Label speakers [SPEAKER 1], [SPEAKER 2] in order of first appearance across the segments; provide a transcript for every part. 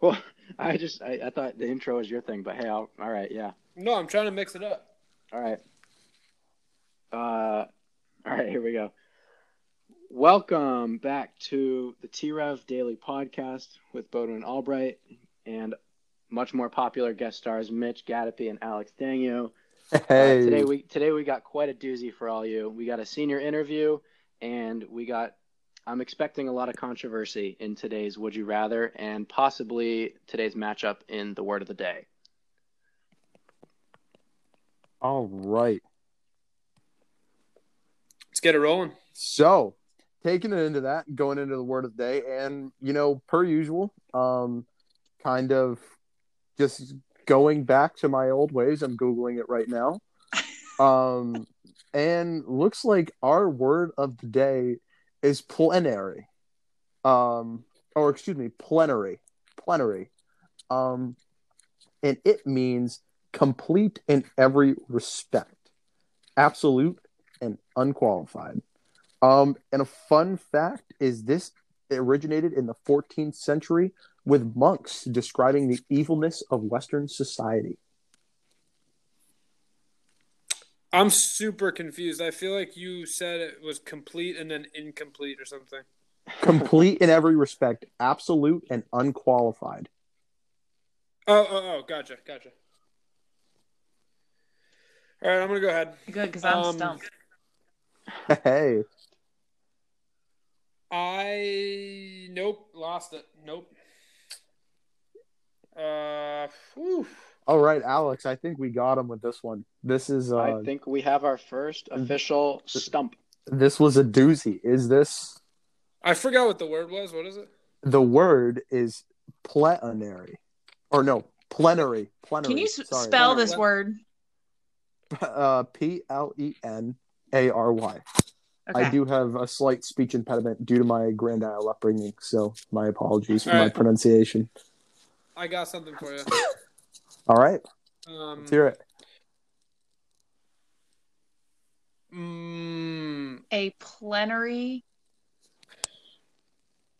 [SPEAKER 1] Well, I just I, I thought the intro was your thing, but hey, I'll, all right, yeah,
[SPEAKER 2] No, I'm trying to mix it up.
[SPEAKER 1] all right. Uh, all right, here we go. Welcome back to the T Rev Daily Podcast with Bodwin Albright and much more popular guest stars Mitch Gatapy and Alex Daniel.
[SPEAKER 3] Hey,
[SPEAKER 1] Uh, today we today we got quite a doozy for all you. We got a senior interview, and we got. I'm expecting a lot of controversy in today's Would You Rather, and possibly today's matchup in the Word of the Day.
[SPEAKER 3] all right.
[SPEAKER 2] Let's get it rolling.
[SPEAKER 3] So, taking it into that, going into the word of the day, and you know, per usual, um, kind of just going back to my old ways. I'm googling it right now. Um, and looks like our word of the day is plenary. Um, or excuse me, plenary, plenary. Um, and it means complete in every respect, absolute and unqualified. Um, and a fun fact is this originated in the 14th century with monks describing the evilness of Western society.
[SPEAKER 2] I'm super confused. I feel like you said it was complete and then incomplete or something.
[SPEAKER 3] Complete in every respect, absolute and unqualified.
[SPEAKER 2] Oh, oh, oh, gotcha, gotcha. All right, I'm gonna go ahead.
[SPEAKER 4] Good, because I'm
[SPEAKER 2] Um,
[SPEAKER 4] stumped.
[SPEAKER 3] Hey,
[SPEAKER 2] I nope, lost it. Nope. Uh, whew.
[SPEAKER 3] all right, Alex, I think we got him with this one. This is uh,
[SPEAKER 1] I think we have our first official stump.
[SPEAKER 3] this was a doozy. Is this
[SPEAKER 2] I forgot what the word was. What is it?
[SPEAKER 3] the word is plenary or no plenary? Plenary.
[SPEAKER 4] Can you s-
[SPEAKER 3] sorry.
[SPEAKER 4] spell
[SPEAKER 2] What-
[SPEAKER 4] this word?
[SPEAKER 3] uh, P L E N A R Y.
[SPEAKER 4] Okay.
[SPEAKER 3] I do have a slight speech impediment due to my Grand Isle upbringing, so my apologies for
[SPEAKER 2] All
[SPEAKER 3] my
[SPEAKER 2] right.
[SPEAKER 3] pronunciation.
[SPEAKER 2] I got something for you.
[SPEAKER 3] All right,
[SPEAKER 2] Um,
[SPEAKER 3] let's hear it.
[SPEAKER 2] mm,
[SPEAKER 4] A plenary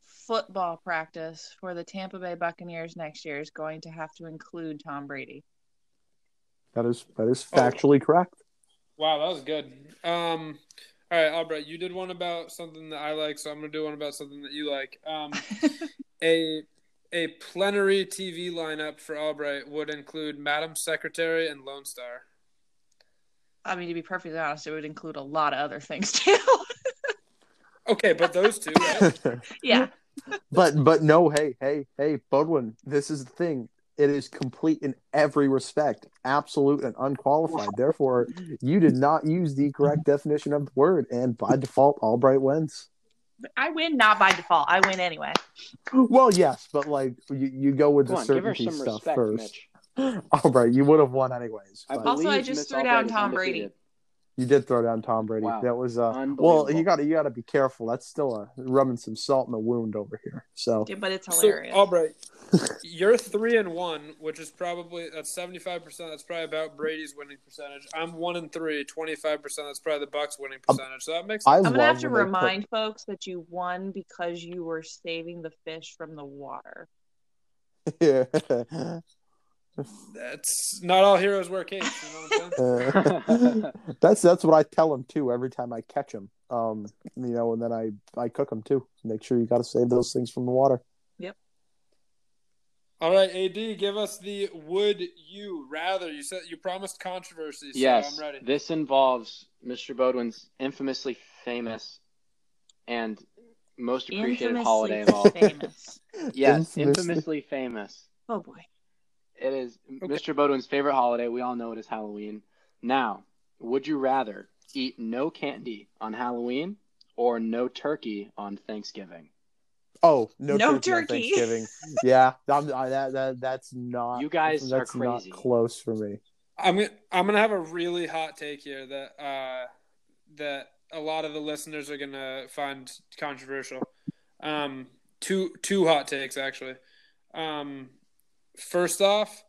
[SPEAKER 4] football practice for the Tampa Bay Buccaneers next year is going to have to include Tom Brady.
[SPEAKER 3] That is that is factually correct.
[SPEAKER 2] wow, that was good. Um, all right, Albert, you did one about something that I like, so I'm gonna do one about something that you like. Um, a a plenary TV lineup for Albright would include Madam Secretary and Lone Star.
[SPEAKER 4] I mean, to be perfectly honest, it would include a lot of other things too.
[SPEAKER 2] Okay, but those two. Right?
[SPEAKER 4] yeah.
[SPEAKER 3] but but no, hey hey hey, Bodwin, this is the thing. It is complete in every respect, absolute and unqualified. Therefore, you did not use the correct definition of the word, and by default, Albright wins.
[SPEAKER 4] I win not by default. I win anyway.
[SPEAKER 3] Well, yes, but like you, you go with
[SPEAKER 1] Come
[SPEAKER 3] the
[SPEAKER 1] on, give her
[SPEAKER 3] certainty
[SPEAKER 1] some respect,
[SPEAKER 3] stuff first.
[SPEAKER 1] Mitch.
[SPEAKER 3] Albright, you would have won anyways.
[SPEAKER 1] I
[SPEAKER 3] but-
[SPEAKER 4] Also, I
[SPEAKER 1] believe
[SPEAKER 4] just
[SPEAKER 1] Miss
[SPEAKER 4] threw down
[SPEAKER 1] Albright is
[SPEAKER 4] Tom Brady.
[SPEAKER 1] undefeated.
[SPEAKER 3] You did throw down Tom Brady.
[SPEAKER 1] Wow.
[SPEAKER 3] That was uh well
[SPEAKER 1] Unbelievable.
[SPEAKER 3] you gotta you gotta be careful. That's still uh rubbing some salt in the wound over here. So um,
[SPEAKER 4] Dude, but it's
[SPEAKER 2] So,
[SPEAKER 4] hilarious.
[SPEAKER 2] Albright, you're three and one, which is probably that's seventy five percent. That's probably about Brady's winning percentage. I'm one and three, 25 percent. That's probably the Bucks' winning percentage. So that makes
[SPEAKER 3] I
[SPEAKER 2] sense.
[SPEAKER 3] love
[SPEAKER 4] I'm gonna have to
[SPEAKER 3] when they put-
[SPEAKER 4] remind folks that you won because you were saving the fish from the water.
[SPEAKER 3] Yeah.
[SPEAKER 2] That's not all heroes wear capes. You know what I'm saying?
[SPEAKER 3] Uh, that's that's what I tell him too every time I catch him. Um, you know, and then I I cook him too. Make sure you gotta save those things from the water.
[SPEAKER 2] all right, AD, give us the would you rather. You said you promised controversy. So
[SPEAKER 1] yes,
[SPEAKER 2] I'm ready.
[SPEAKER 1] this involves Mr. Bodwin's infamously famous and most appreciated holiday of all.
[SPEAKER 4] famous.
[SPEAKER 1] yes,
[SPEAKER 3] Infamously-
[SPEAKER 1] infamously famous.
[SPEAKER 4] Oh boy.
[SPEAKER 1] It is
[SPEAKER 2] Okay.
[SPEAKER 1] Mr. Bodwin's favorite holiday. We all know it is Halloween. Now, would you rather eat no candy on Halloween or no turkey on Thanksgiving?
[SPEAKER 3] Oh, no,
[SPEAKER 4] No
[SPEAKER 3] turkey, on
[SPEAKER 4] turkey.
[SPEAKER 3] Thanksgiving. yeah. I'm, I, that, that that's not
[SPEAKER 1] You guys are
[SPEAKER 3] that's not
[SPEAKER 1] crazy.
[SPEAKER 3] close for me.
[SPEAKER 2] I'm gonna I'm gonna have a really hot take here that uh, that a lot of the listeners are gonna find controversial. Um, two two hot takes actually. Um, first off,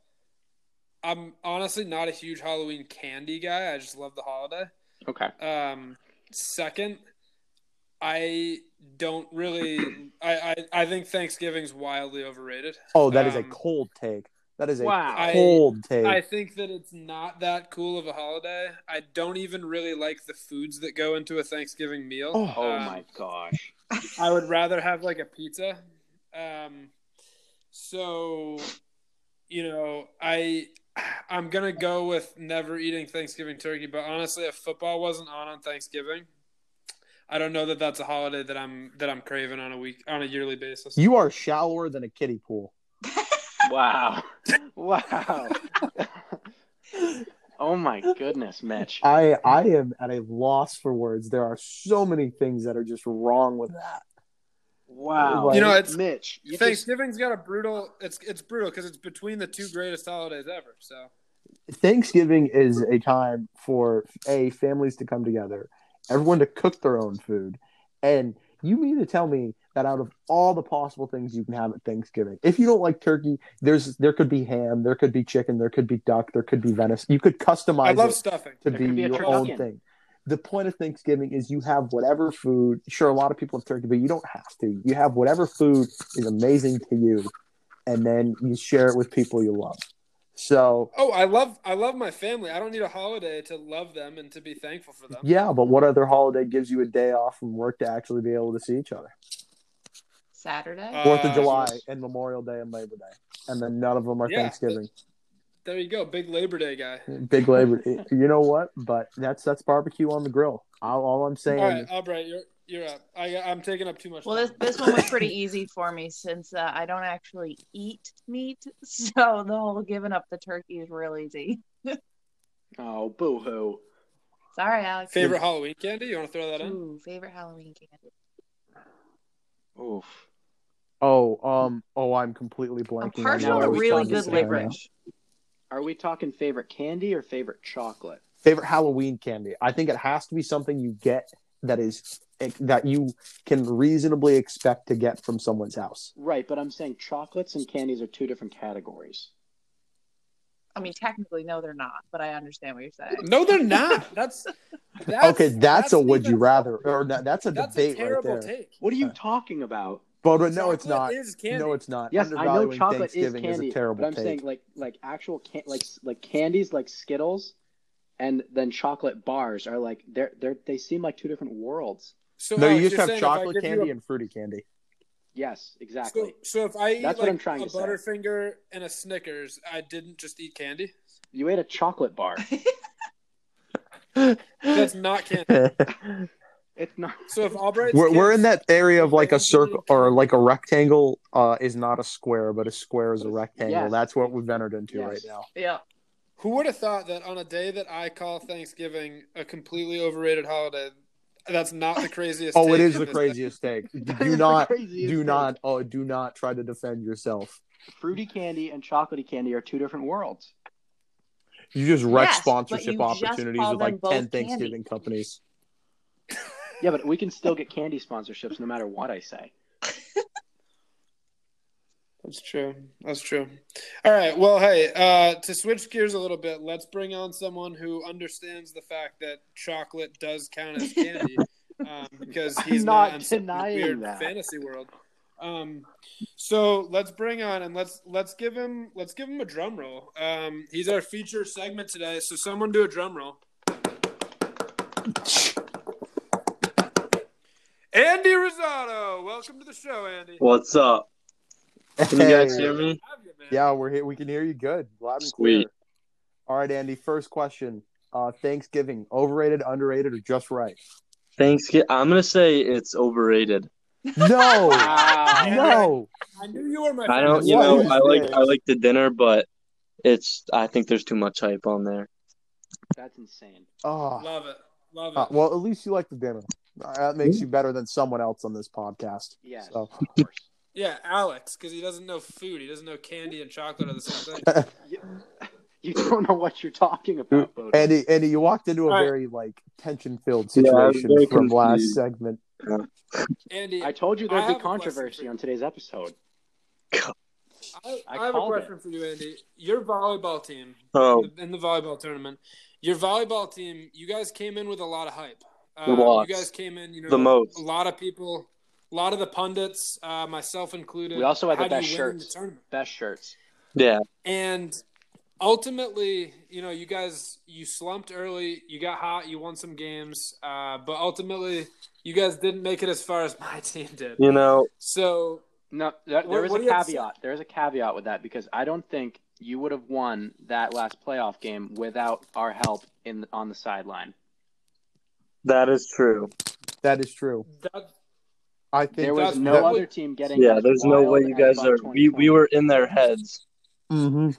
[SPEAKER 2] I'm honestly not a huge Halloween candy guy. I just love the holiday.
[SPEAKER 1] Okay.
[SPEAKER 2] Um, second, I don't really. I, I, I think Thanksgiving's wildly overrated.
[SPEAKER 3] Oh, that is
[SPEAKER 2] Um,
[SPEAKER 3] a cold take. That is a
[SPEAKER 1] Wow.
[SPEAKER 2] I-
[SPEAKER 3] cold take.
[SPEAKER 2] I think that it's not that cool of a holiday. I don't even really like the foods that go into a Thanksgiving meal.
[SPEAKER 3] Oh.
[SPEAKER 1] Oh
[SPEAKER 2] Um,
[SPEAKER 4] uh,
[SPEAKER 1] my gosh.
[SPEAKER 2] I would rather have like a pizza. Um, so, you know, I I'm gonna go with never eating Thanksgiving turkey. But honestly, if football wasn't on on Thanksgiving, I don't know that that's a holiday that I'm that I'm craving on a week on a yearly basis.
[SPEAKER 3] you are shallower than a kiddie pool.
[SPEAKER 1] Wow. Wow. oh my goodness, Mitch.
[SPEAKER 3] I I am at a loss for words. There are so many things that are just wrong with that.
[SPEAKER 1] Wow.
[SPEAKER 3] You
[SPEAKER 2] know, it's-
[SPEAKER 1] Mitch. You just,
[SPEAKER 2] Thanksgiving's got a brutal. It's it's brutal because it's between the two greatest holidays ever. So
[SPEAKER 3] Thanksgiving is a time for a families to come together, everyone to cook their own food, and you mean to tell me that out of all the possible things you can have at Thanksgiving, if you don't like turkey, there's there could be ham, there could be chicken, there could be duck, there could be venison. You could customize
[SPEAKER 2] I love
[SPEAKER 3] it
[SPEAKER 2] stuffing.
[SPEAKER 3] to
[SPEAKER 1] There
[SPEAKER 3] be,
[SPEAKER 1] could be a
[SPEAKER 3] your own
[SPEAKER 1] turducken.
[SPEAKER 3] thing. The point of Thanksgiving is you have whatever food. Sure, a lot of people have turkey, but you don't have to. You have whatever food is amazing to you, and then you share it with people you love. So
[SPEAKER 2] Oh, I love I love my family. I don't need a holiday to love them and to be thankful for them.
[SPEAKER 3] yeah, but what other holiday gives you a day off from work to actually be able to see each other?
[SPEAKER 4] Saturday.
[SPEAKER 2] Uh,
[SPEAKER 3] Fourth of July and Memorial Day and Labor Day, and then none of them are
[SPEAKER 2] Yeah.
[SPEAKER 3] Thanksgiving.
[SPEAKER 2] There you go, big Labor Day guy.
[SPEAKER 3] Big Labor, you know what? But that's that's barbecue on the grill. All, all I'm saying.
[SPEAKER 2] All right, Albright, you're you're up. I, I'm taking up too much.
[SPEAKER 4] Well,
[SPEAKER 2] time.
[SPEAKER 4] this this one was pretty easy for me since uh, I don't actually eat meat, so the whole giving up the turkey is real easy.
[SPEAKER 1] oh, boo hoo.
[SPEAKER 4] Sorry, Alex.
[SPEAKER 2] favorite Halloween candy. You want to throw that in?
[SPEAKER 4] Ooh, favorite Halloween candy.
[SPEAKER 1] Oof.
[SPEAKER 3] Oh, um, oh, I'm completely
[SPEAKER 4] I'm
[SPEAKER 3] blanking.
[SPEAKER 1] partial
[SPEAKER 4] partial
[SPEAKER 1] now
[SPEAKER 3] what
[SPEAKER 1] to
[SPEAKER 4] to
[SPEAKER 3] I was
[SPEAKER 4] really
[SPEAKER 3] talking
[SPEAKER 4] good
[SPEAKER 3] about right now.
[SPEAKER 4] licorice.
[SPEAKER 1] Are we talking favorite candy or favorite chocolate?
[SPEAKER 3] favorite Halloween candy. I think it has to be something you get that is eh, that you can reasonably expect to get from someone's house.
[SPEAKER 1] Right, but I'm saying chocolates and candies are two different categories.
[SPEAKER 4] I mean, technically, no, they're not, but I understand what you're saying.
[SPEAKER 2] No, they're not. That's, that's
[SPEAKER 3] okay, that's, a would
[SPEAKER 2] even-
[SPEAKER 3] you rather, or that, that's a
[SPEAKER 2] That's a
[SPEAKER 3] debate right
[SPEAKER 2] terrible
[SPEAKER 3] there.
[SPEAKER 2] take.
[SPEAKER 1] What are
[SPEAKER 3] Uh,
[SPEAKER 1] you talking about?
[SPEAKER 3] But, but no, it's
[SPEAKER 2] Chocolate
[SPEAKER 3] not.
[SPEAKER 2] Is candy.
[SPEAKER 3] No, it's not.
[SPEAKER 1] Yes, I know
[SPEAKER 3] Undervaluing
[SPEAKER 1] chocolate is
[SPEAKER 3] Thanksgiving
[SPEAKER 1] candy,
[SPEAKER 3] a terrible
[SPEAKER 1] but I'm
[SPEAKER 3] take.
[SPEAKER 1] saying like like actual can- like like candies like Skittles, and then chocolate bars are like they're they are they seem like two different worlds.
[SPEAKER 2] so
[SPEAKER 3] no,
[SPEAKER 2] Alex,
[SPEAKER 3] you just
[SPEAKER 2] you're
[SPEAKER 3] have
[SPEAKER 2] saying if I
[SPEAKER 3] chocolate
[SPEAKER 2] give you
[SPEAKER 3] candy
[SPEAKER 2] a-
[SPEAKER 3] and fruity candy.
[SPEAKER 1] Yes, exactly.
[SPEAKER 2] So, so if I eat
[SPEAKER 1] That's
[SPEAKER 2] like
[SPEAKER 1] what I'm trying
[SPEAKER 2] a
[SPEAKER 1] to say.
[SPEAKER 2] Butterfinger and a Snickers, I didn't just eat candy.
[SPEAKER 1] You ate a chocolate bar.
[SPEAKER 2] That's not candy.
[SPEAKER 3] we're
[SPEAKER 1] it's not.
[SPEAKER 2] So if Albright,
[SPEAKER 3] we're in that area of like a
[SPEAKER 2] Candy.
[SPEAKER 3] circle or like a rectangle uh, is not a square, but a square is a rectangle.
[SPEAKER 1] Yes.
[SPEAKER 3] That's what we've entered into
[SPEAKER 1] Yes.
[SPEAKER 3] right now.
[SPEAKER 4] yeah.
[SPEAKER 2] Who would have thought that on a day that I call Thanksgiving a completely overrated holiday, that's not the craziest.
[SPEAKER 3] Oh, it
[SPEAKER 2] take
[SPEAKER 3] is
[SPEAKER 2] in
[SPEAKER 3] the
[SPEAKER 2] this
[SPEAKER 3] craziest take.
[SPEAKER 1] That
[SPEAKER 3] Do
[SPEAKER 1] is the
[SPEAKER 3] not,
[SPEAKER 1] craziest
[SPEAKER 3] do
[SPEAKER 1] thing.
[SPEAKER 3] not, oh, do not try to defend yourself.
[SPEAKER 1] Fruity candy and chocolatey candy are two different world.
[SPEAKER 3] You just wreck
[SPEAKER 4] Yes, but
[SPEAKER 3] sponsorship
[SPEAKER 4] you just
[SPEAKER 3] opportunities
[SPEAKER 4] call
[SPEAKER 3] with like
[SPEAKER 4] them both
[SPEAKER 3] ten Thanksgiving
[SPEAKER 4] candy.
[SPEAKER 3] companies.
[SPEAKER 1] Yeah, but we can still get candy sponsorships no matter what I say.
[SPEAKER 2] That's true. That's true. All right. Well, hey, uh, to switch gears a little bit, let's bring on someone who understands the fact that chocolate does count as candy, um, because
[SPEAKER 1] I'm
[SPEAKER 2] he's
[SPEAKER 1] not
[SPEAKER 2] in some
[SPEAKER 1] denying
[SPEAKER 2] weird
[SPEAKER 1] that.
[SPEAKER 2] fantasy world. Um, so let's bring on and let's let's give him let's give him a drum roll. Um, he's our feature segment today, so someone do a drum roll. Andy Rosado, welcome to the show, Andy.
[SPEAKER 5] What's up? Can you guys
[SPEAKER 3] Hey.
[SPEAKER 5] hear me?
[SPEAKER 2] Have you, man.
[SPEAKER 3] Yeah, we're here. We can hear you good, loud and
[SPEAKER 5] Sweet.
[SPEAKER 3] clear. All right, Andy. First question: uh, Thanksgiving, overrated, underrated, or just right?
[SPEAKER 5] Thanksgiving. I'm gonna say it's overrated.
[SPEAKER 3] No, no.
[SPEAKER 2] I knew you were my.
[SPEAKER 5] I don't. You
[SPEAKER 3] What
[SPEAKER 5] know,
[SPEAKER 3] is
[SPEAKER 5] I like.
[SPEAKER 3] this?
[SPEAKER 5] I like the dinner, but it's. I think there's too much hype on there.
[SPEAKER 1] That's insane.
[SPEAKER 3] Oh.
[SPEAKER 2] Love it. Love it.
[SPEAKER 3] Uh, well, at least you like the dinner. Uh, that makes you better than someone else on this podcast.
[SPEAKER 1] Yes,
[SPEAKER 3] So-
[SPEAKER 1] of course.
[SPEAKER 2] yeah, Alex, because he doesn't know food. He doesn't know candy and chocolate are the same thing.
[SPEAKER 1] You, you don't know what you're talking about, Bodie.
[SPEAKER 3] Andy, Andy, you walked into a
[SPEAKER 2] All right.
[SPEAKER 3] very like tension-filled
[SPEAKER 5] Yeah, I was
[SPEAKER 3] situation
[SPEAKER 5] very
[SPEAKER 3] from last
[SPEAKER 5] confused.
[SPEAKER 3] segment.
[SPEAKER 2] Andy,
[SPEAKER 1] I
[SPEAKER 2] I,
[SPEAKER 1] told you
[SPEAKER 2] I
[SPEAKER 1] there'd
[SPEAKER 2] have
[SPEAKER 1] be
[SPEAKER 2] a question for
[SPEAKER 1] controversy
[SPEAKER 2] you.
[SPEAKER 1] on today's episode.
[SPEAKER 2] I,
[SPEAKER 1] I
[SPEAKER 2] have a
[SPEAKER 1] called
[SPEAKER 2] question for you, Andy. Your volleyball team
[SPEAKER 5] Oh,
[SPEAKER 2] in the volleyball tournament, your volleyball team, you guys came in with a lot of hype. Um, you
[SPEAKER 5] lost
[SPEAKER 2] guys came in, you know,
[SPEAKER 5] the most.
[SPEAKER 2] A lot of people, a lot of the pundits, uh, myself included.
[SPEAKER 1] We also had the
[SPEAKER 2] how do you
[SPEAKER 1] best
[SPEAKER 2] win in the
[SPEAKER 1] shirts.
[SPEAKER 2] tournament?
[SPEAKER 1] Best shirts.
[SPEAKER 5] Yeah.
[SPEAKER 2] And ultimately, you know, you guys you slumped early, you got hot, you won some games, uh, but ultimately, you guys didn't make it as far as my team did.
[SPEAKER 5] You know,
[SPEAKER 2] So
[SPEAKER 1] No, that,
[SPEAKER 2] What-
[SPEAKER 1] there is
[SPEAKER 2] what
[SPEAKER 1] a
[SPEAKER 2] do you have to
[SPEAKER 1] caveat. There is a caveat with that because I don't think you would have won that last playoff game without our help in on the sideline.
[SPEAKER 5] that is true.
[SPEAKER 3] That is true.
[SPEAKER 2] that,
[SPEAKER 3] I think
[SPEAKER 1] There was
[SPEAKER 2] that's-
[SPEAKER 1] no
[SPEAKER 3] that-
[SPEAKER 1] other team getting.
[SPEAKER 5] Yeah,
[SPEAKER 1] as
[SPEAKER 5] there's no
[SPEAKER 1] wild
[SPEAKER 5] way you
[SPEAKER 1] as
[SPEAKER 5] guys
[SPEAKER 1] Buck
[SPEAKER 5] are. We we
[SPEAKER 1] 2020.
[SPEAKER 5] were in their heads.
[SPEAKER 3] Mhm.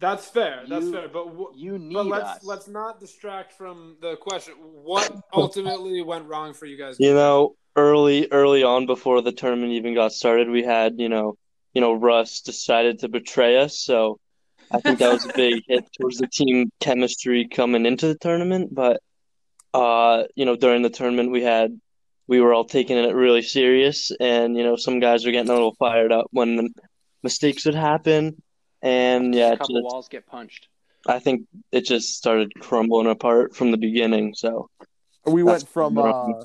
[SPEAKER 2] that's fair. That's
[SPEAKER 1] You-
[SPEAKER 2] fair. But w-
[SPEAKER 1] You need
[SPEAKER 2] but let's
[SPEAKER 1] us.
[SPEAKER 2] let's not distract from the question. What ultimately went wrong for you guys?
[SPEAKER 5] You know, early early on before the tournament even got started, we had you know you know Russ decided to betray us. So I think that was a big hit towards the team chemistry coming into the tournament. But uh, you know, during the tournament, we had we were all taking it really serious, and you know, some guys were getting a little fired up when mistakes would happen. And yeah,
[SPEAKER 1] a
[SPEAKER 5] it
[SPEAKER 1] couple
[SPEAKER 5] just-
[SPEAKER 1] walls get punched.
[SPEAKER 5] I think it just started crumbling apart from the beginning. So
[SPEAKER 3] We
[SPEAKER 5] That's
[SPEAKER 3] went from uh,
[SPEAKER 5] wrong.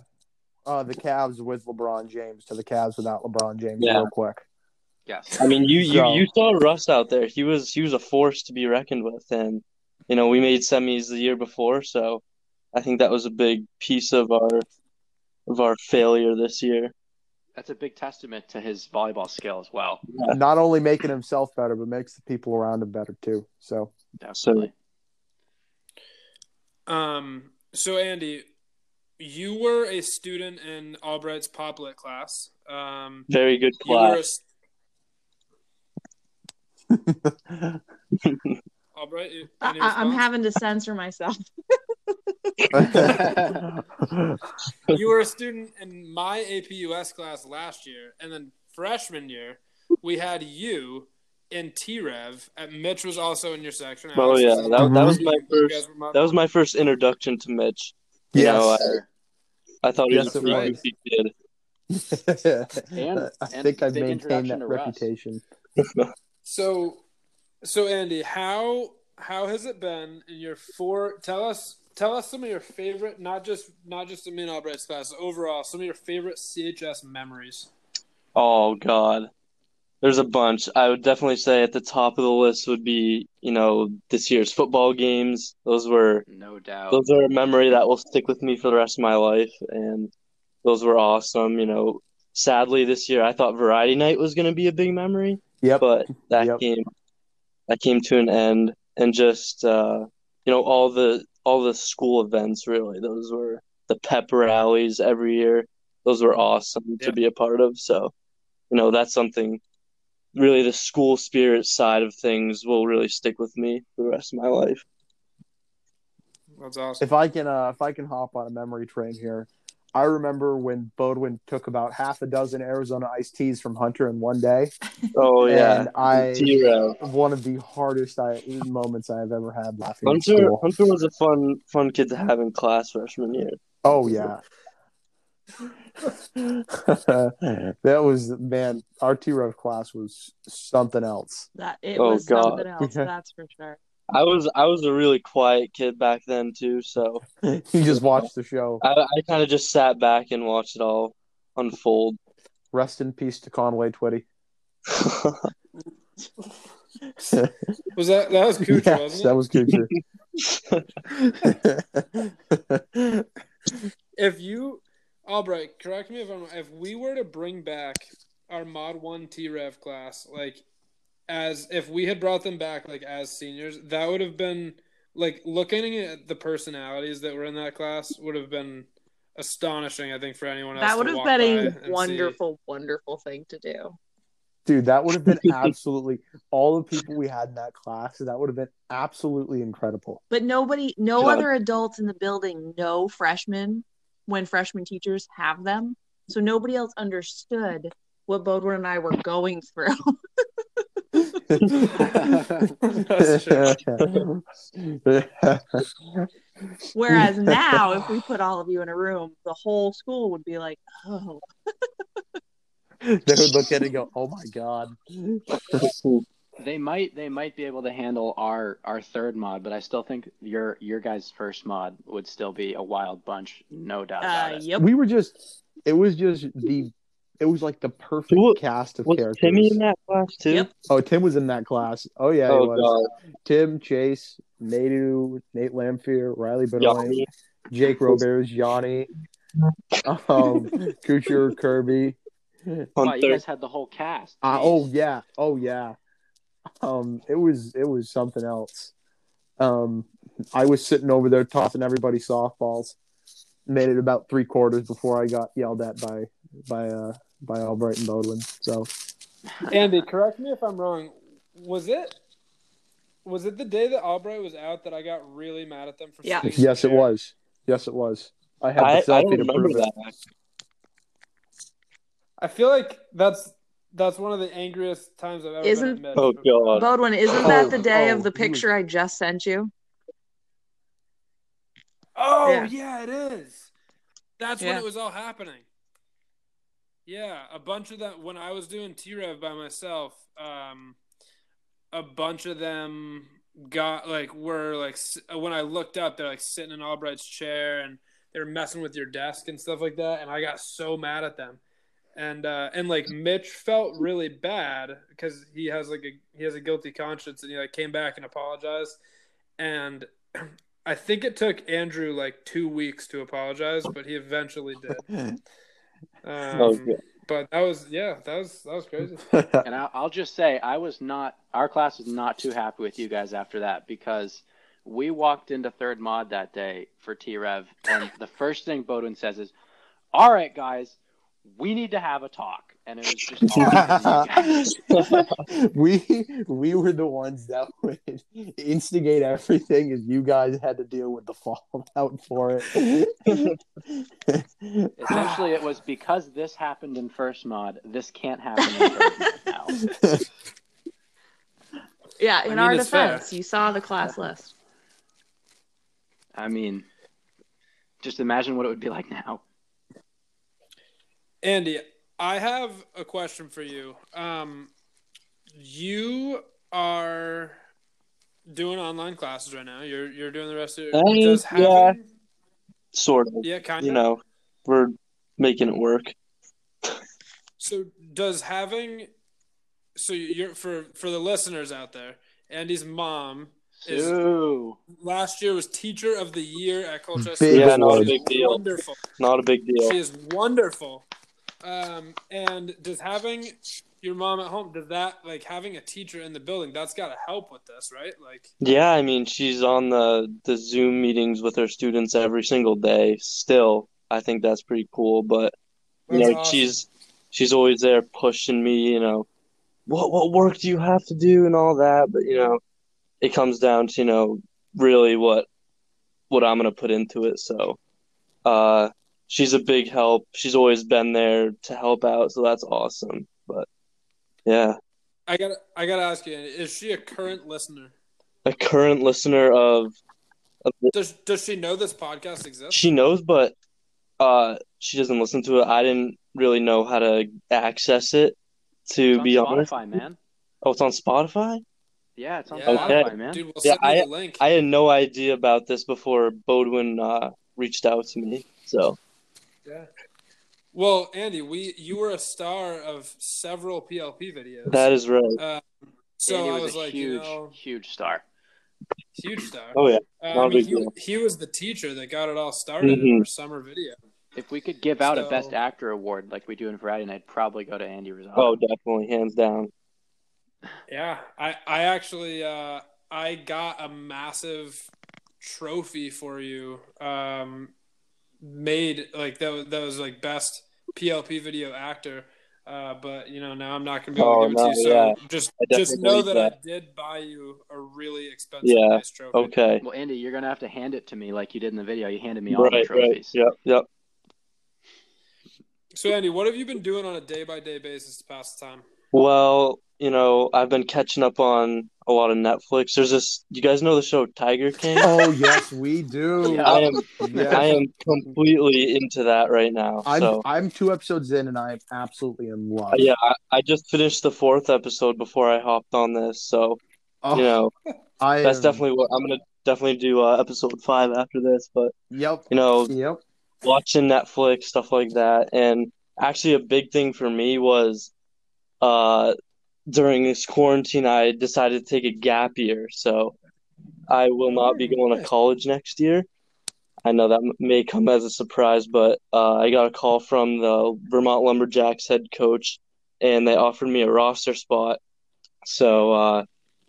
[SPEAKER 3] uh, the Cavs with LeBron James to the Cavs without LeBron James
[SPEAKER 5] Yeah.
[SPEAKER 3] real quick.
[SPEAKER 1] Yes.
[SPEAKER 5] I mean, you, you
[SPEAKER 3] So-
[SPEAKER 5] you saw Russ out there. He was he was a force to be reckoned with, and you know we made semis the year before, so I think that was a big piece of our of our failure this year.
[SPEAKER 1] That's a big testament to his volleyball skill as well.
[SPEAKER 3] Not only making himself better, but makes the people around him better too. So
[SPEAKER 1] Definitely.
[SPEAKER 2] Um. So Andy, you were a student in Albright's pop lit class. Um.
[SPEAKER 5] Very good
[SPEAKER 2] You were a,
[SPEAKER 5] class.
[SPEAKER 2] s- Albright. you- any
[SPEAKER 4] I, I'm
[SPEAKER 2] response?
[SPEAKER 4] having to censor myself.
[SPEAKER 2] you were a student in my APUS class last year, and then freshman year we had you in T-Rev. At Mitch was also in your section.
[SPEAKER 5] Oh,
[SPEAKER 2] Alex
[SPEAKER 5] yeah,
[SPEAKER 2] in-
[SPEAKER 5] that-
[SPEAKER 3] that was
[SPEAKER 5] my
[SPEAKER 2] You guys
[SPEAKER 5] first-
[SPEAKER 2] were my-
[SPEAKER 5] That was my first introduction to Mitch. You
[SPEAKER 3] yes,
[SPEAKER 5] know, uh, I, I thought he
[SPEAKER 3] Yes,
[SPEAKER 5] was a
[SPEAKER 3] it
[SPEAKER 5] pretty
[SPEAKER 3] was.
[SPEAKER 5] goofy kid.
[SPEAKER 1] And-
[SPEAKER 3] I
[SPEAKER 1] and
[SPEAKER 3] think I've
[SPEAKER 1] big
[SPEAKER 3] maintained
[SPEAKER 1] introduction
[SPEAKER 3] that
[SPEAKER 1] to Russ.
[SPEAKER 3] reputation.
[SPEAKER 2] So, so Andy, how how has it been in your four? Tell us, tell us some of your favorite, not just not just in Albright's class, overall, some of your favorite CHS memories.
[SPEAKER 5] Oh God, there's a bunch. I would definitely say at the top of the list would be you know this year's football games. Those were
[SPEAKER 1] No doubt.
[SPEAKER 5] those are a memory that will stick with me for the rest of my life and those were awesome you know sadly this year i thought variety night was going to be a big memory
[SPEAKER 3] Yep.
[SPEAKER 5] but that
[SPEAKER 3] Yep.
[SPEAKER 5] came that came to an end and just uh you know all the all the school events really those were the pep rallies every year those were awesome
[SPEAKER 2] Yeah.
[SPEAKER 5] to be a part of so you know that's something really the school spirit side of things will really stick with me for the rest of my life
[SPEAKER 2] That's awesome.
[SPEAKER 3] if I can uh, if I can hop on a memory train here, I remember when Bodwin took about half a dozen Arizona iced teas from Hunter in one day,
[SPEAKER 5] oh yeah
[SPEAKER 3] and I
[SPEAKER 5] Zero.
[SPEAKER 3] one of the hardest I, moments I've ever had laughing at
[SPEAKER 5] Hunter
[SPEAKER 3] school.
[SPEAKER 5] Hunter was a fun fun kid to have in class freshman year.
[SPEAKER 3] Oh yeah. that was man, our T Rev class was something else.
[SPEAKER 4] That it
[SPEAKER 5] Oh,
[SPEAKER 4] was
[SPEAKER 5] God.
[SPEAKER 4] something else. That's for sure.
[SPEAKER 5] I was I was a really quiet kid back then too, so
[SPEAKER 3] you just watched the show.
[SPEAKER 5] I, I kind of just sat back and watched it all unfold.
[SPEAKER 3] Rest in peace to Conway Twitty.
[SPEAKER 2] Was that that was Kucha,
[SPEAKER 3] Yes,
[SPEAKER 2] wasn't it?
[SPEAKER 3] that was Kucher.
[SPEAKER 2] if you Albright, correct me if I'm wrong. If we were to bring back our Mod One T Rev class, like as if we had brought them back like as seniors, that would have been like looking at the personalities that were in that class would have been astonishing. I think for anyone else,
[SPEAKER 4] That
[SPEAKER 2] to
[SPEAKER 4] would have
[SPEAKER 2] walk
[SPEAKER 4] been
[SPEAKER 2] by and
[SPEAKER 4] a
[SPEAKER 2] see.
[SPEAKER 4] wonderful, wonderful thing to do.
[SPEAKER 3] Dude, that would have been absolutely all the people we had in that class. That would have been absolutely incredible.
[SPEAKER 4] But nobody, no
[SPEAKER 5] Yeah.
[SPEAKER 4] other adults in the building know freshmen when freshman teachers have them. So nobody else understood what Bodwin and I were going through.
[SPEAKER 2] That's true.
[SPEAKER 4] Whereas now, if we put all of you in a room, the whole school would be like, oh,
[SPEAKER 3] they would look at it and go, "Oh my god."
[SPEAKER 1] They might they might be able to handle our our third mod, but I still think your your guys' first mod would still be a wild bunch, no doubt about
[SPEAKER 4] Uh,
[SPEAKER 1] it.
[SPEAKER 4] yep.
[SPEAKER 3] We were just. It was just the. It was like the perfect
[SPEAKER 5] Who-
[SPEAKER 3] cast of
[SPEAKER 5] Was
[SPEAKER 3] characters.
[SPEAKER 5] Timmy in that class too?
[SPEAKER 4] Yep.
[SPEAKER 3] Oh, Tim was in that class. Oh yeah, he
[SPEAKER 5] oh
[SPEAKER 3] was.
[SPEAKER 5] god.
[SPEAKER 3] Tim, Chase, Nadu, Nate Lamphere, Riley Benoit,
[SPEAKER 5] Yanni.
[SPEAKER 3] Jake Roberts, Yanni, um, Kucher, Kirby.
[SPEAKER 1] Wow,
[SPEAKER 5] Hunter.
[SPEAKER 1] you guys had the whole cast.
[SPEAKER 3] Uh,
[SPEAKER 1] Jeez.
[SPEAKER 3] oh yeah, oh yeah. Um, it was it was something else. Um, I was sitting over there tossing everybody softballs. Made it about three quarters before I got yelled at by by uh, by Albright and Bodwin. So
[SPEAKER 2] Andy, correct me if I'm wrong. Was it was it the day that Albright was out that I got really mad at them for
[SPEAKER 4] Yeah.
[SPEAKER 2] sitting in
[SPEAKER 3] yes,
[SPEAKER 2] the
[SPEAKER 3] it
[SPEAKER 2] chair?
[SPEAKER 3] was. Yes, it was. I had the
[SPEAKER 5] I, I don't
[SPEAKER 3] selfie to
[SPEAKER 5] remember
[SPEAKER 3] prove it.
[SPEAKER 5] that.
[SPEAKER 2] I feel like that's that's one of the angriest times I've ever
[SPEAKER 4] Isn't-
[SPEAKER 2] been at Mitch.
[SPEAKER 5] Oh god.
[SPEAKER 4] Bodwin, isn't
[SPEAKER 3] Oh,
[SPEAKER 4] that the day
[SPEAKER 3] oh,
[SPEAKER 4] of the
[SPEAKER 3] he was-
[SPEAKER 4] picture I just sent you?
[SPEAKER 2] Oh
[SPEAKER 4] Yeah.
[SPEAKER 2] yeah, it is. That's when
[SPEAKER 4] Yeah.
[SPEAKER 2] it was all happening. Yeah, a bunch of them when I was doing T Rev by myself, um a bunch of them got like were like s- when I looked up, they're like sitting in Albright's chair and they're messing with your desk and stuff like that, and I got so mad at them. And uh and like Mitch felt really bad because he has like a he has a guilty conscience and he like came back and apologized and I think it took Andrew like two weeks to apologize, but he eventually did. Um,
[SPEAKER 5] Oh, yeah.
[SPEAKER 2] But that was yeah, that was that was crazy.
[SPEAKER 1] And I, I'll just say, I was not, our class was not too happy with you guys after that because we walked into third mod that day for T Rev, and the first thing Bodwin says is, All right, guys, we need to have a talk. And it was just all because of you guys.
[SPEAKER 3] we we were the ones that would instigate everything as you guys had to deal with the fallout for it.
[SPEAKER 1] Essentially, it was because this happened in first mod, this can't happen in third mod now.
[SPEAKER 4] Yeah, in
[SPEAKER 2] mean,
[SPEAKER 4] our
[SPEAKER 2] it's fair.
[SPEAKER 4] defense, you saw the class list.
[SPEAKER 1] I mean, just imagine what it would be like now.
[SPEAKER 2] Andy, I have a question for you. Um, you are doing online classes right now. You're you're doing the rest of your
[SPEAKER 5] I-
[SPEAKER 2] does
[SPEAKER 5] yeah.
[SPEAKER 2] having,
[SPEAKER 5] sort of.
[SPEAKER 2] yeah, kind
[SPEAKER 5] You
[SPEAKER 2] of.
[SPEAKER 5] know, we're making it work.
[SPEAKER 2] So does having so you're for for the listeners out there, Andy's mom Is-
[SPEAKER 1] Sue.
[SPEAKER 2] last year was teacher of the year at Colchester.
[SPEAKER 3] Big
[SPEAKER 5] Yeah, not a
[SPEAKER 3] word.
[SPEAKER 5] big deal.
[SPEAKER 2] Wonderful.
[SPEAKER 5] Not a big deal.
[SPEAKER 2] She is wonderful. Um, and does having your mom at home, does that like having a teacher in the building, that's got to help with this, right? Like,
[SPEAKER 5] Yeah, I mean, she's on the the Zoom meetings with her students every single day still. I think that's pretty cool, but you
[SPEAKER 2] That's
[SPEAKER 5] know,
[SPEAKER 2] awesome.
[SPEAKER 5] she's she's always there pushing me, you know, what what work do you have to do and all that, but you know, it comes down to, you know, really what what I'm gonna put into it. So, uh, she's a big help. She's always been there to help out, so that's awesome. But yeah,
[SPEAKER 2] I got to I got to ask you, Andy, is she a current listener?
[SPEAKER 5] a current listener of of the
[SPEAKER 2] Does does she know this podcast exists?
[SPEAKER 5] She knows, but uh, she doesn't listen to it. I didn't really know how to access it, to
[SPEAKER 1] It's on
[SPEAKER 5] be honest.
[SPEAKER 1] Spotify, man.
[SPEAKER 5] Oh, it's on Spotify?
[SPEAKER 1] Yeah, it's on
[SPEAKER 2] Yeah.
[SPEAKER 1] Spotify, man.
[SPEAKER 2] Dude, we'll
[SPEAKER 5] Yeah,
[SPEAKER 2] send you the link.
[SPEAKER 5] I had no idea about this before Bodwin uh, reached out to me. So,
[SPEAKER 2] yeah. Well, Andy, we you were a star of several PLP videos.
[SPEAKER 5] that is right.
[SPEAKER 2] so
[SPEAKER 1] Andy
[SPEAKER 2] I
[SPEAKER 1] was,
[SPEAKER 2] was
[SPEAKER 1] a
[SPEAKER 2] like,
[SPEAKER 1] huge,
[SPEAKER 2] you know,
[SPEAKER 1] huge star.
[SPEAKER 2] huge star.
[SPEAKER 5] Oh, yeah.
[SPEAKER 2] Uh,
[SPEAKER 5] Not
[SPEAKER 2] I
[SPEAKER 5] a
[SPEAKER 2] mean,
[SPEAKER 5] big deal.
[SPEAKER 2] he, he was the teacher that got it all started in
[SPEAKER 5] Mhm.
[SPEAKER 2] our summer video.
[SPEAKER 1] If we could give out a
[SPEAKER 2] So-
[SPEAKER 1] Best Actor award like we do in Variety, I'd probably go to Andy Rizzo.
[SPEAKER 5] Oh, definitely. Hands down.
[SPEAKER 2] Yeah, I I actually uh, I got a massive trophy for you. Um, made like that was, that was like best PLP video actor. Uh, but you know now I'm not gonna be able
[SPEAKER 5] Oh,
[SPEAKER 2] to give it
[SPEAKER 5] no,
[SPEAKER 2] to you. So
[SPEAKER 5] yeah.
[SPEAKER 2] just
[SPEAKER 5] I
[SPEAKER 2] just
[SPEAKER 5] definitely
[SPEAKER 2] know that,
[SPEAKER 5] believe
[SPEAKER 2] I
[SPEAKER 5] that.
[SPEAKER 2] did buy you a really expensive
[SPEAKER 5] Yeah,
[SPEAKER 2] nice trophy.
[SPEAKER 5] Okay.
[SPEAKER 1] Well, Andy, you're gonna have to hand it to me like you did in the video. You handed me all the
[SPEAKER 5] Right, right.
[SPEAKER 1] trophies.
[SPEAKER 5] Yep, yep.
[SPEAKER 2] So Andy, what have you been doing on a day by day basis to pass the time?
[SPEAKER 5] Well, you know, I've been catching up on a lot of Netflix. There's this. You guys know the show Tiger King?
[SPEAKER 3] Oh yes, we do.
[SPEAKER 1] Yeah.
[SPEAKER 5] I am.
[SPEAKER 3] Yes.
[SPEAKER 5] I am completely into that right now.
[SPEAKER 3] I'm
[SPEAKER 5] so
[SPEAKER 3] I'm two episodes in and I'm absolutely in love.
[SPEAKER 5] Uh, yeah, I, I just finished the fourth episode before I hopped on this. So
[SPEAKER 3] Oh,
[SPEAKER 5] you know,
[SPEAKER 3] I
[SPEAKER 5] that's
[SPEAKER 3] am-
[SPEAKER 5] definitely what I'm gonna definitely do. Uh, episode five after this, but
[SPEAKER 3] Yep.
[SPEAKER 5] you know,
[SPEAKER 3] Yep.
[SPEAKER 5] watching Netflix, stuff like that. And actually, a big thing for me was uh, during this quarantine, I decided to take a gap year. So I will not be
[SPEAKER 2] Mm,
[SPEAKER 5] going to
[SPEAKER 2] nice.
[SPEAKER 5] college next year. I know that m- may come as a surprise, but uh, I got a call from the Vermont Lumberjacks head coach, and they offered me a roster spot. So, uh,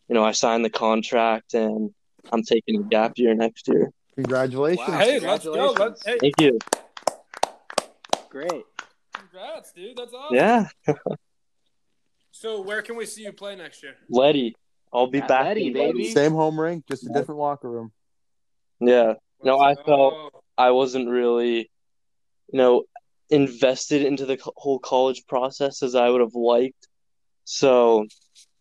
[SPEAKER 5] you know, I signed the contract, and I'm taking a gap year next year.
[SPEAKER 3] Congratulations.
[SPEAKER 1] Wow.
[SPEAKER 2] Hey, let's go. Let's, hey,
[SPEAKER 5] Thank you.
[SPEAKER 1] Great.
[SPEAKER 2] congrats, dude. That's awesome.
[SPEAKER 5] Yeah.
[SPEAKER 2] So, where can we see you play next year?
[SPEAKER 5] Letty. I'll be
[SPEAKER 1] At
[SPEAKER 5] back.
[SPEAKER 1] Letty,
[SPEAKER 5] in
[SPEAKER 1] baby.
[SPEAKER 3] Same home rink, just a different locker room.
[SPEAKER 5] Yeah. No,
[SPEAKER 2] Let's
[SPEAKER 5] I
[SPEAKER 2] go.
[SPEAKER 5] I wasn't really, you know, invested into the co- whole college process as I would have liked. So,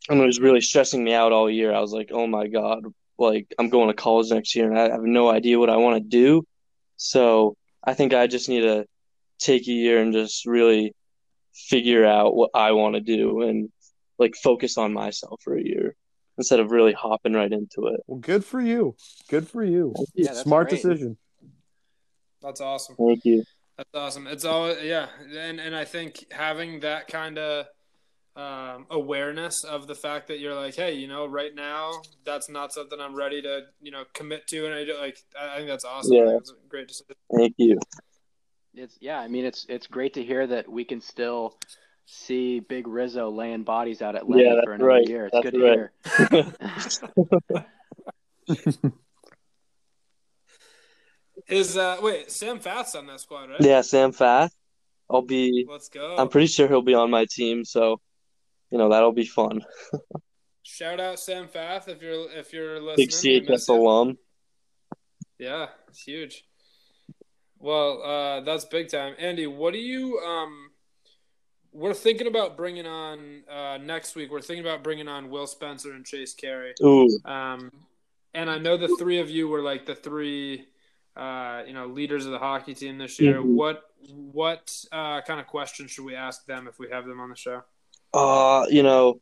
[SPEAKER 5] and it was really stressing me out all year. I was like, oh my God, like I'm going to college next year and I have no idea what I want to do. So, I think I just need to take a year and just really figure out what I want to do and like focus on myself for a year instead of really hopping right into it.
[SPEAKER 3] Well, good for you. Good for you.
[SPEAKER 1] Yeah, that's
[SPEAKER 3] Smart
[SPEAKER 1] great.
[SPEAKER 3] decision.
[SPEAKER 2] That's awesome.
[SPEAKER 5] Thank you.
[SPEAKER 2] That's awesome. It's always yeah, and and I think having that kind of um, awareness of the fact that you're like, hey, you know, right now that's not something I'm ready to you know commit to, and I do, like I I think that's awesome. I
[SPEAKER 5] Yeah.
[SPEAKER 2] think it's a great decision.
[SPEAKER 5] Thank you.
[SPEAKER 1] It's yeah, I mean it's it's great to hear that we can still see Big Rizzo laying bodies out at Lenny
[SPEAKER 5] Yeah, that's
[SPEAKER 1] for another
[SPEAKER 5] right.
[SPEAKER 1] year. It's
[SPEAKER 5] That's
[SPEAKER 1] good to
[SPEAKER 5] right.
[SPEAKER 1] hear.
[SPEAKER 2] Is uh wait Sam Fath's on that squad, right?
[SPEAKER 5] Yeah, Sam Fath. I'll be.
[SPEAKER 2] Let's go.
[SPEAKER 5] I'm pretty sure he'll be on my team, so you know that'll be fun.
[SPEAKER 2] Shout out Sam Fath if you're if you're listening.
[SPEAKER 5] Big
[SPEAKER 2] we
[SPEAKER 5] CHS
[SPEAKER 2] miss you.
[SPEAKER 5] alum.
[SPEAKER 2] Yeah, it's huge. Well, uh, that's big time, Andy. What do you? Um, we're thinking about bringing on uh, next week. We're thinking about bringing on Will Spencer and Chase Carey.
[SPEAKER 5] Ooh,
[SPEAKER 2] Um, and I know the three of you were like the three, uh, you know, leaders of the hockey team this year.
[SPEAKER 5] Mhm.
[SPEAKER 2] What what uh, kind of questions should we ask them if we have them on the show?
[SPEAKER 5] uh, you know,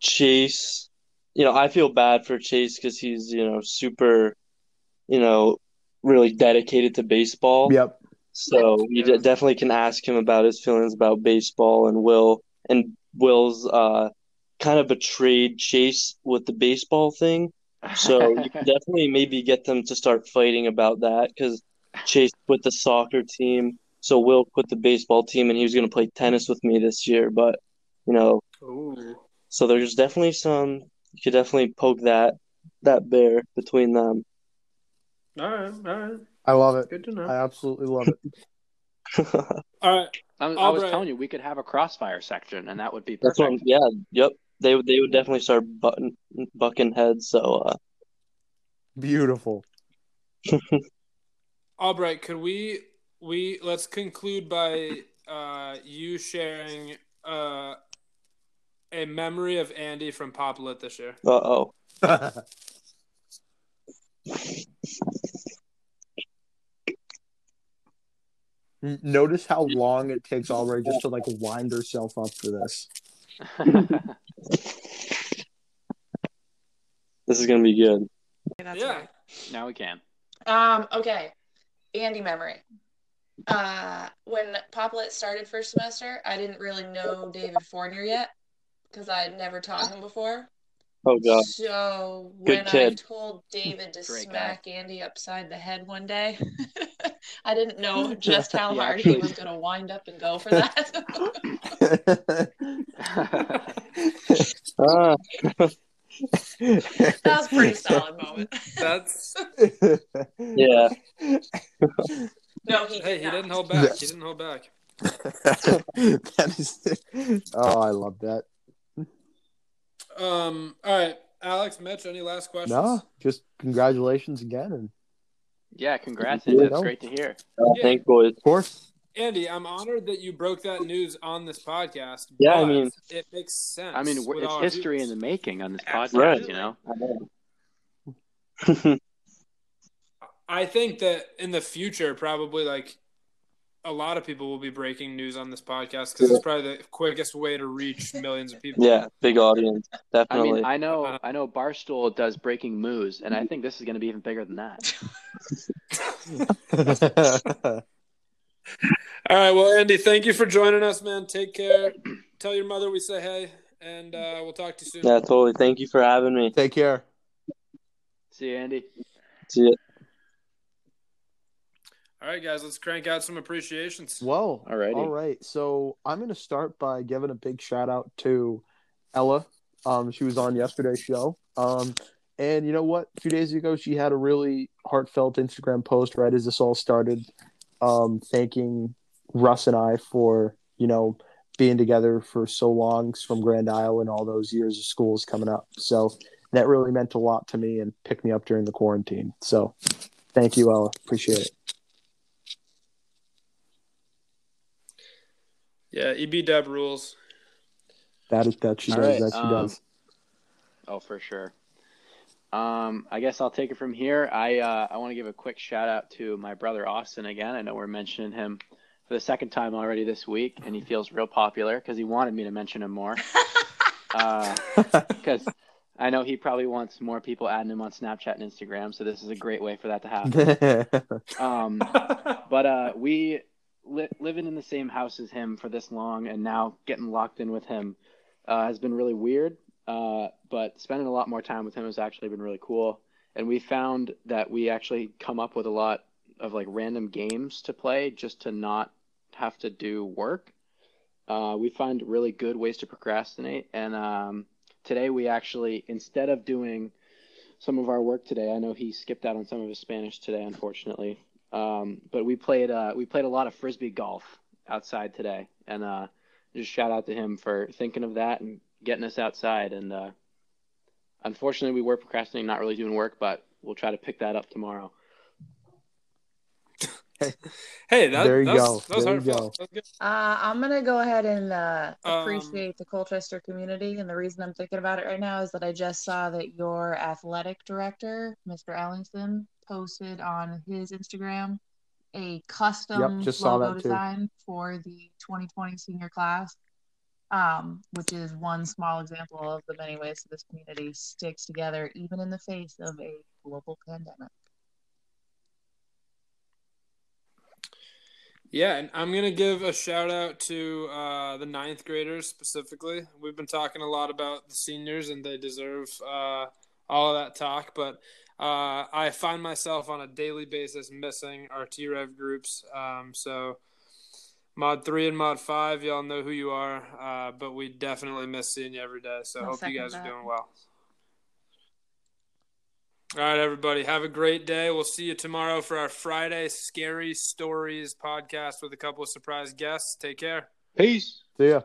[SPEAKER 5] Chase. You know, I feel bad for Chase because he's you know super, you know, really dedicated to baseball.
[SPEAKER 3] Yep.
[SPEAKER 5] So you
[SPEAKER 2] Yeah.
[SPEAKER 5] de- definitely can ask him about his feelings about baseball and Will and Will's uh kind of betrayed Chase with the baseball thing. So you can definitely maybe get them to start fighting about that because Chase quit the soccer team. So Will quit the baseball team, and he was going to play tennis with me this year. But you know,
[SPEAKER 2] Ooh.
[SPEAKER 5] so there's definitely some you could definitely poke that that bear between them.
[SPEAKER 2] All right, all right.
[SPEAKER 3] I love it.
[SPEAKER 2] Good to know.
[SPEAKER 3] I absolutely love it.
[SPEAKER 2] All right.
[SPEAKER 1] I was, I was
[SPEAKER 2] Albright.
[SPEAKER 1] telling you we could have a crossfire section and that would be
[SPEAKER 5] That's what I'm,
[SPEAKER 1] perfect.
[SPEAKER 5] yeah, yep. They would they would definitely start button bucking heads. So uh,
[SPEAKER 3] Beautiful.
[SPEAKER 2] Albright, could we we let's conclude by uh, you sharing uh, a memory of Andy from Pop Lit this year?
[SPEAKER 5] uh oh.
[SPEAKER 3] Notice how long it takes Albright just to like wind herself up for this.
[SPEAKER 5] This is gonna be good.
[SPEAKER 4] That's
[SPEAKER 2] yeah.
[SPEAKER 4] right.
[SPEAKER 1] now we can.
[SPEAKER 4] Um, okay. Andy memory. Uh, when Poplet started first semester, I didn't really know David Fournier yet because I had never taught him before.
[SPEAKER 5] Oh god.
[SPEAKER 4] So
[SPEAKER 5] Good
[SPEAKER 4] when I
[SPEAKER 5] kid.
[SPEAKER 4] told David to
[SPEAKER 1] Great guy.
[SPEAKER 4] smack Andy upside the head one day, I didn't know just how
[SPEAKER 1] He
[SPEAKER 4] hard
[SPEAKER 1] actually-
[SPEAKER 4] he was going to wind up and go for that.
[SPEAKER 5] Ah,
[SPEAKER 4] that was a pretty solid moment.
[SPEAKER 2] That's
[SPEAKER 5] yeah. uh,
[SPEAKER 4] No, he
[SPEAKER 2] hey,
[SPEAKER 4] did
[SPEAKER 2] he
[SPEAKER 4] not.
[SPEAKER 2] didn't hold back. He didn't hold back.
[SPEAKER 3] that is. Oh, I love that.
[SPEAKER 2] Um. All right, Alex, Mitch, any last questions?
[SPEAKER 3] No, just congratulations again, and
[SPEAKER 1] Yeah, congrats
[SPEAKER 5] You
[SPEAKER 1] Andy. That's
[SPEAKER 3] know.
[SPEAKER 1] great to hear.
[SPEAKER 5] Uh,
[SPEAKER 2] Yeah.
[SPEAKER 5] Thanks, boys.
[SPEAKER 3] of course,
[SPEAKER 2] Andy, I'm honored that you broke that news on this podcast.
[SPEAKER 5] Yeah, I
[SPEAKER 2] but
[SPEAKER 5] mean-
[SPEAKER 2] it makes sense.
[SPEAKER 1] I mean, we're-
[SPEAKER 2] with
[SPEAKER 1] it's
[SPEAKER 2] our
[SPEAKER 1] history
[SPEAKER 2] viewers.
[SPEAKER 1] in the making on this podcast,
[SPEAKER 5] Right.
[SPEAKER 1] you know?
[SPEAKER 5] I know.
[SPEAKER 2] I think that in the future, probably like a lot of people will be breaking news on this podcast because it's probably the quickest way to reach millions of people.
[SPEAKER 5] yeah, big audience,
[SPEAKER 1] I
[SPEAKER 5] definitely.
[SPEAKER 1] mean, I know, I know Barstool does breaking moves, and I think this is going to be even bigger than that.
[SPEAKER 2] All right. Well, Andy, thank you for joining us, man. Take care. Tell your mother we say hey, and uh, we'll talk to you soon.
[SPEAKER 5] yeah, totally. Thank you for having me.
[SPEAKER 3] Take care.
[SPEAKER 1] See you, Andy.
[SPEAKER 5] See ya.
[SPEAKER 2] All right, guys, let's crank out some appreciations.
[SPEAKER 3] Whoa.
[SPEAKER 1] Alrighty.
[SPEAKER 3] All right. So I'm going to start by giving a big shout out to Ella. Um, she was on yesterday's show. Um, and you know what? A few days ago, she had a really heartfelt Instagram post right as this all started, um, thanking Russ and I for, you know, being together for so long from Grand Isle and all those years of schools coming up. So that really meant a lot to me and picked me up during the quarantine. So thank you, Ella. Appreciate it.
[SPEAKER 2] Yeah, EB Dub rules.
[SPEAKER 3] That is that she
[SPEAKER 1] All
[SPEAKER 3] does.
[SPEAKER 1] right,
[SPEAKER 3] That she
[SPEAKER 1] um,
[SPEAKER 3] does.
[SPEAKER 1] Oh, for sure. Um, I guess I'll take it from here. I uh, I want to give a quick shout out to my brother Austin again. I know we're mentioning him for the second time already this week, and he feels real popular because he wanted me to mention him more. Because I know he probably wants more people adding him on Snapchat and Instagram, so this is a great way for that to happen. Um, but uh, we li- living in the same house as him for this long, and now getting locked in with him uh, has been really weird. Uh, but spending a lot more time with him has actually been really cool. And we found that we actually come up with a lot of like random games to play just to not have to do work. Uh, we find really good ways to procrastinate. And um, today we actually, instead of doing some of our work today, I know he skipped out on some of his Spanish today, unfortunately. Um, but we played uh, we played a lot of frisbee golf outside today, and uh, just shout out to him for thinking of that and getting us outside. And uh, unfortunately, we were procrastinating, not really doing work, but we'll try to pick that up tomorrow.
[SPEAKER 2] hey, that,
[SPEAKER 3] There you
[SPEAKER 2] that's,
[SPEAKER 3] go.
[SPEAKER 2] That was
[SPEAKER 3] There you
[SPEAKER 2] heartfelt. That was good.
[SPEAKER 4] Uh, I'm gonna go ahead and uh,
[SPEAKER 2] Um,
[SPEAKER 4] appreciate the Colchester community, and the reason I'm thinking about it right now is that I just saw that your athletic director, Mr. Ellingson, posted on his Instagram a custom
[SPEAKER 3] Yep, just saw
[SPEAKER 4] logo
[SPEAKER 3] that too.
[SPEAKER 4] design for the 2020 senior class, um, which is one small example of the many ways that this community sticks together, even in the face of a global pandemic.
[SPEAKER 2] Yeah, and I'm gonna give a shout out to uh, the ninth graders specifically. We've been talking a lot about the seniors, and they deserve uh, all of that talk. But uh, I find myself on a daily basis missing our T Rev groups. Um, so mod three and mod five, y'all know who you are. Uh, but we definitely miss seeing you every day. So
[SPEAKER 4] I'll
[SPEAKER 2] hope you
[SPEAKER 4] second
[SPEAKER 2] guys
[SPEAKER 4] that.
[SPEAKER 2] are doing well. All right, everybody. Have a great day. We'll see you tomorrow for our Friday Scary Stories podcast with a couple of surprise guests. Take care.
[SPEAKER 1] Peace.
[SPEAKER 3] See ya.